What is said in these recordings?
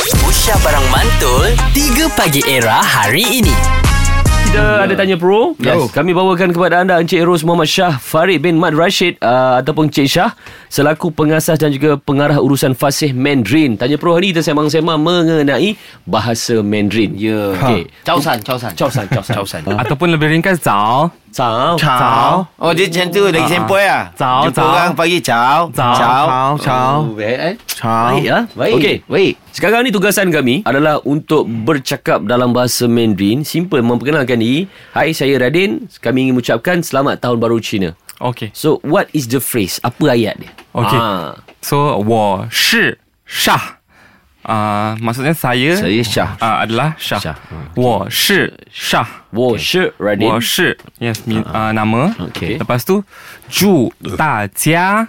Aisyah Barang Mantul 3 Pagi Era hari ini kita ada tanya pro. Yes. Kami bawakan kepada anda Encik Ros Muhammad Shah Farid bin Mat Rashid uh, ataupun Encik Shah selaku pengasas dan juga pengarah urusan fasih Mandarin. Tanya pro hari ni kita sembang-sembang mengenai bahasa Mandarin. Ya. Yeah. Okey. Cao San, Cao San. Cao san, cao san. Cao san. Ha. Ataupun lebih ringkas Zao Cao. Chào Oh dia macam tu lagi sempoi ah. Cao, Jumpa cao. orang pagi cao. Cao. Chào Chào Baik, eh? Chào Baik lah. Baik. Okey. Baik. Sekarang ni tugasan kami adalah untuk bercakap dalam bahasa Mandarin. Simple memperkenalkan diri. Hai, saya Radin. Kami ingin mengucapkan selamat tahun baru Cina. OK So, what is the phrase? Apa ayat dia? Okey. Ah. So 我是 Shah uh, Maksudnya saya Saya Shah. uh, Adalah Shah, Shah. Hmm. Shah. 我是 Shah 我是 Radin，我是 Yes min, Ah. uh, Nama Okey. Lepas tu 祝大家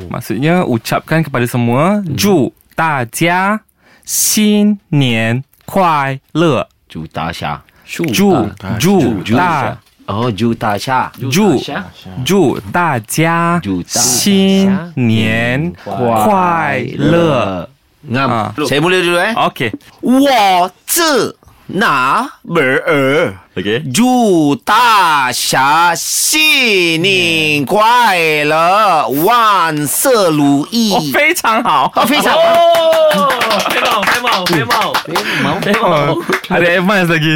Maksudnya ucapkan kepada semua Hmm. 祝大家新年快乐 Ju Ta Sha. 祝祝祝大 Oh Ju Ta Sha. 祝祝大家祝大家新年快乐！ Ngam. Ah. Saya mula dulu eh. OK，我自哪门儿？OK，祝大侠新年快乐，万事如意。哦，非常好，哦，非常哎 ada advance lagi，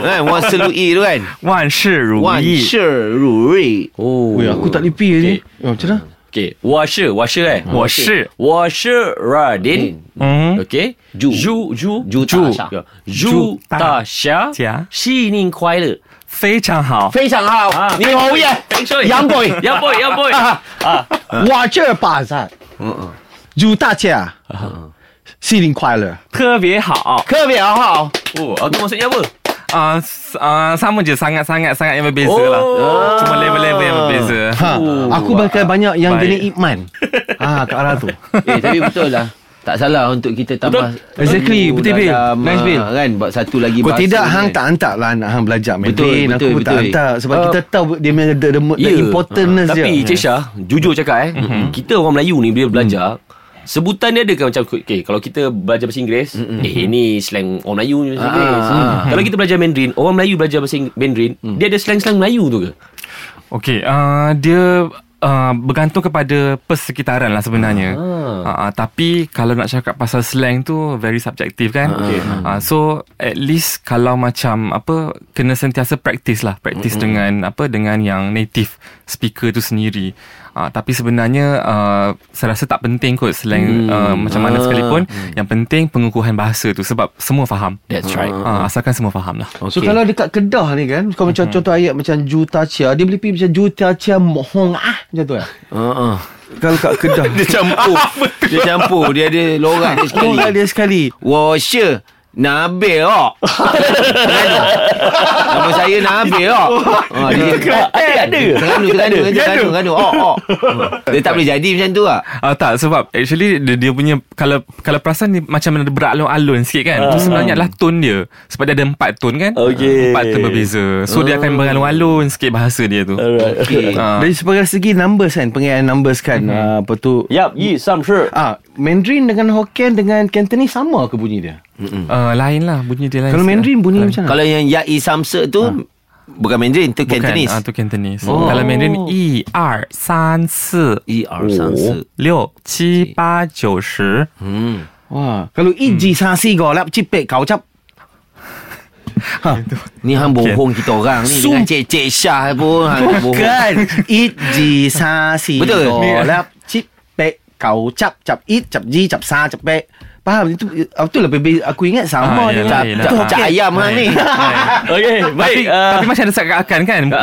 哎，万事如意，对不万事对？如万意。事如意。哦， Ui aku tak lipi ni Oh macam mana Ah. 给我是我是哎，我是我是 Radin，Hmm. 嗯， OK，祝祝祝祝大侠祝大家家新年快乐，非常好，非常 Oh, Ah. 好，你好 eh? 耶！杨 boy 杨 eh? boy 杨 boy，我这巴赞祝大家新年快乐特别好特别好，哦，啊，跟我说要不，啊啊！Sama je sangat sangat sangat yang berbeza lah. Oh. Cuma level level yang berbeza. ha, Aku bakal banyak yang Baik. jenis Iman ah, Ke arah tu Eh, tapi betul lah. Tak salah untuk kita tambah Oh, Exactly, betul, Bil. Nice, Bil. Kan buat satu lagi Kalau bahasa tidak ni, Hang kan. tak hantar lah Anak Hang belajar Betul, Mandarin Aku betul, pun tak betul. Uh, Ah, hantar Sebab Ah. kita tahu Dia punya the, the, the Ya. importance dia Tapi Cik Syah Jujur cakap eh Kita orang Melayu ni Bila belajar Sebutan dia ada ke macam okay, Kalau kita belajar bahasa Inggeris Eh ini slang orang Melayu ni bahasa Inggeris Kalau kita belajar Mandarin Orang Melayu belajar bahasa Ing- Mandarin Dia ada slang-slang Melayu tu ke? Okey, uh, dia uh, bergantung kepada persekitaran lah sebenarnya. Ah. Uh, tapi kalau nak cakap pasal slang tu very subjektif kan. Ah, Okay. Uh, so at least kalau macam apa kena sentiasa practice lah, practice mm-hmm. dengan apa dengan yang native speaker tu sendiri. Uh, tapi sebenarnya uh, saya rasa tak penting kot Hmm. slang uh, macam Ah. mana sekalipun. Yang penting pengukuhan bahasa tu sebab semua faham. That's right. Uh, asalkan semua faham lah. So kalau dekat Kedah ni kan Kau Mm-hmm. macam contoh ayat Macam juta cia Dia boleh pergi macam juta cia Mohong ah Macam tu lah Ah, ah. Kalau kat Kedah Dia campur Dia campur Dia ada lorak dia Oh lah sekali dia sekali Wasya Nabil oh. Kan? Nama saya Nabil oh. Ha, dia Ada ada Teranu Teranu Teranu Teranu Oh oh Dia tak boleh jadi macam tu lah Ah uh, tak sebab actually dia, dia punya kalau kalau perasan ni macam ada beralun-alun sikit kan. Uh. Sebenarnya adalah tone dia. Sebab dia ada empat tone kan. Okey. Empat tone berbeza. So uh. dia akan beralun-alun sikit bahasa dia tu. okay. Ah. Dari sebagai segi numbers kan Pengairan numbers kan Mhm. ah, Apa tu Yap, ye, some sure Ah, Mandarin dengan Hokkien dengan Cantonese sama ke bunyi dia? Uh, lain lah Kan? bunyi dia lain. Kalau sikit Mandarin bunyi macam mana? Kalau yang Yai Samsa tu Bukan Mandarin Tu lah. Ah. Bukan, Cantonese Ah tu Cantonese. Oh. Kalau Mandarin 1 2 3 4 E R Samsa 六七八九十， Wah, kalau iji sasi golap cipek kau cap. Ni hang bohong kita orang ni Dengan Sumpah. cik-cik Syah pun Hang bohong Kan? Iji sasi Oh. Betul. golap cipek kau cap cap it cap ji cap sa cap pek. Faham itu itu lah bebe aku ingat Ah, sama dengan yelah, Cap yelah. cap- cap ayam hang ni Okay, baik Tapi, ah, tapi masih ada seakan-akan kan uh,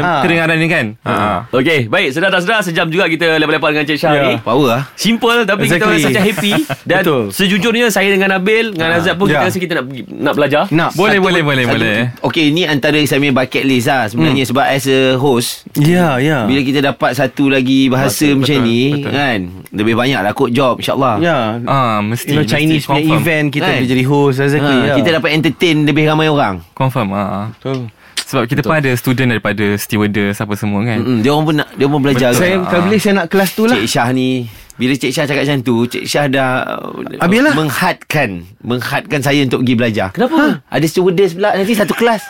ah. kedengaran ni kan. Uh, Okay, baik Sedar tak sedar Sejam juga kita lepak-lepak dengan Cik Syah Ya. ni Power lah Simple tapi exactly. kita rasa Exactly. macam happy Dan Betul. sejujurnya saya dengan Nabil Dengan Azad pun kita Ya. rasa kita nak, pergi- nak belajar Nak. Boleh, boleh, boleh, Satu- boleh. eh. Hmm. Okay ni antara saya punya bucket list lah Sebenarnya sebab as a host Ya, ya. Bila kita dapat satu lagi bahasa Betul, macam betul, ni betul. kan Lebih banyak lah kot job insyaAllah Ya. Ah, mesti, mesti, You know Chinese punya confirm. event kita Kan? boleh jadi host ha, exactly. ya. Kita dapat entertain lebih ramai orang Confirm ah. Betul. Sebab kita Betul. pun ada student daripada stewardess apa semua kan. Mm, Dia orang pun nak, dia pun belajar Saya kan? kalau boleh saya nak kelas tu lah. Cik Syah ni Bila Cik Syah cakap macam tu Cik Syah dah uh, Habislah. Menghadkan Menghadkan saya untuk pergi belajar Ha, Kenapa? Ada stewardess pula Nanti satu kelas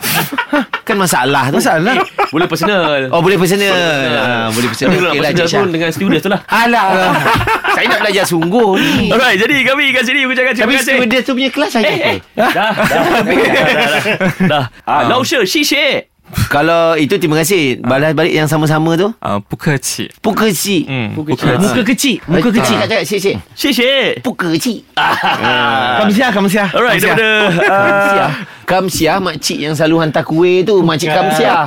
Ha, Kan masalah tu Masalah Boleh personal Oh boleh personal ha, Boleh personal Aku nak Okey lah personal Cik Syah pun dengan student tu lah Alah, alah. Saya nak belajar sungguh ni Alright jadi kami kat sini Ucapkan terima Tapi kasih Eh, stewardess tu punya kelas saya apa? Dah Dah Dah Dah Dah Ah, Lao She Shi She Kalau itu terima kasih Balas balik yang sama-sama tu uh, Puka cik Puka si Hmm, Muka puka kecil. cik. kecil Muka kecil tak cakap Cik cik Shi She Puka cik Kamu siah Kamu siah Alright Kamu siah. daripada Kamsiah Kamsiah makcik yang selalu hantar kuih tu Makcik Kamsiah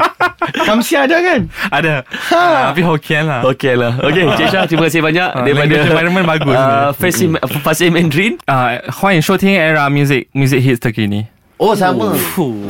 Kamu siah ada kan Ada ha. Tapi Hokkien lah Okay lah Okay Cik Syah terima kasih banyak Ah, Daripada language environment bagus Ah, Fasih Fasih Mandarin 啊，欢迎收听 Era Music Music Hits 的给你。 Oh sama 3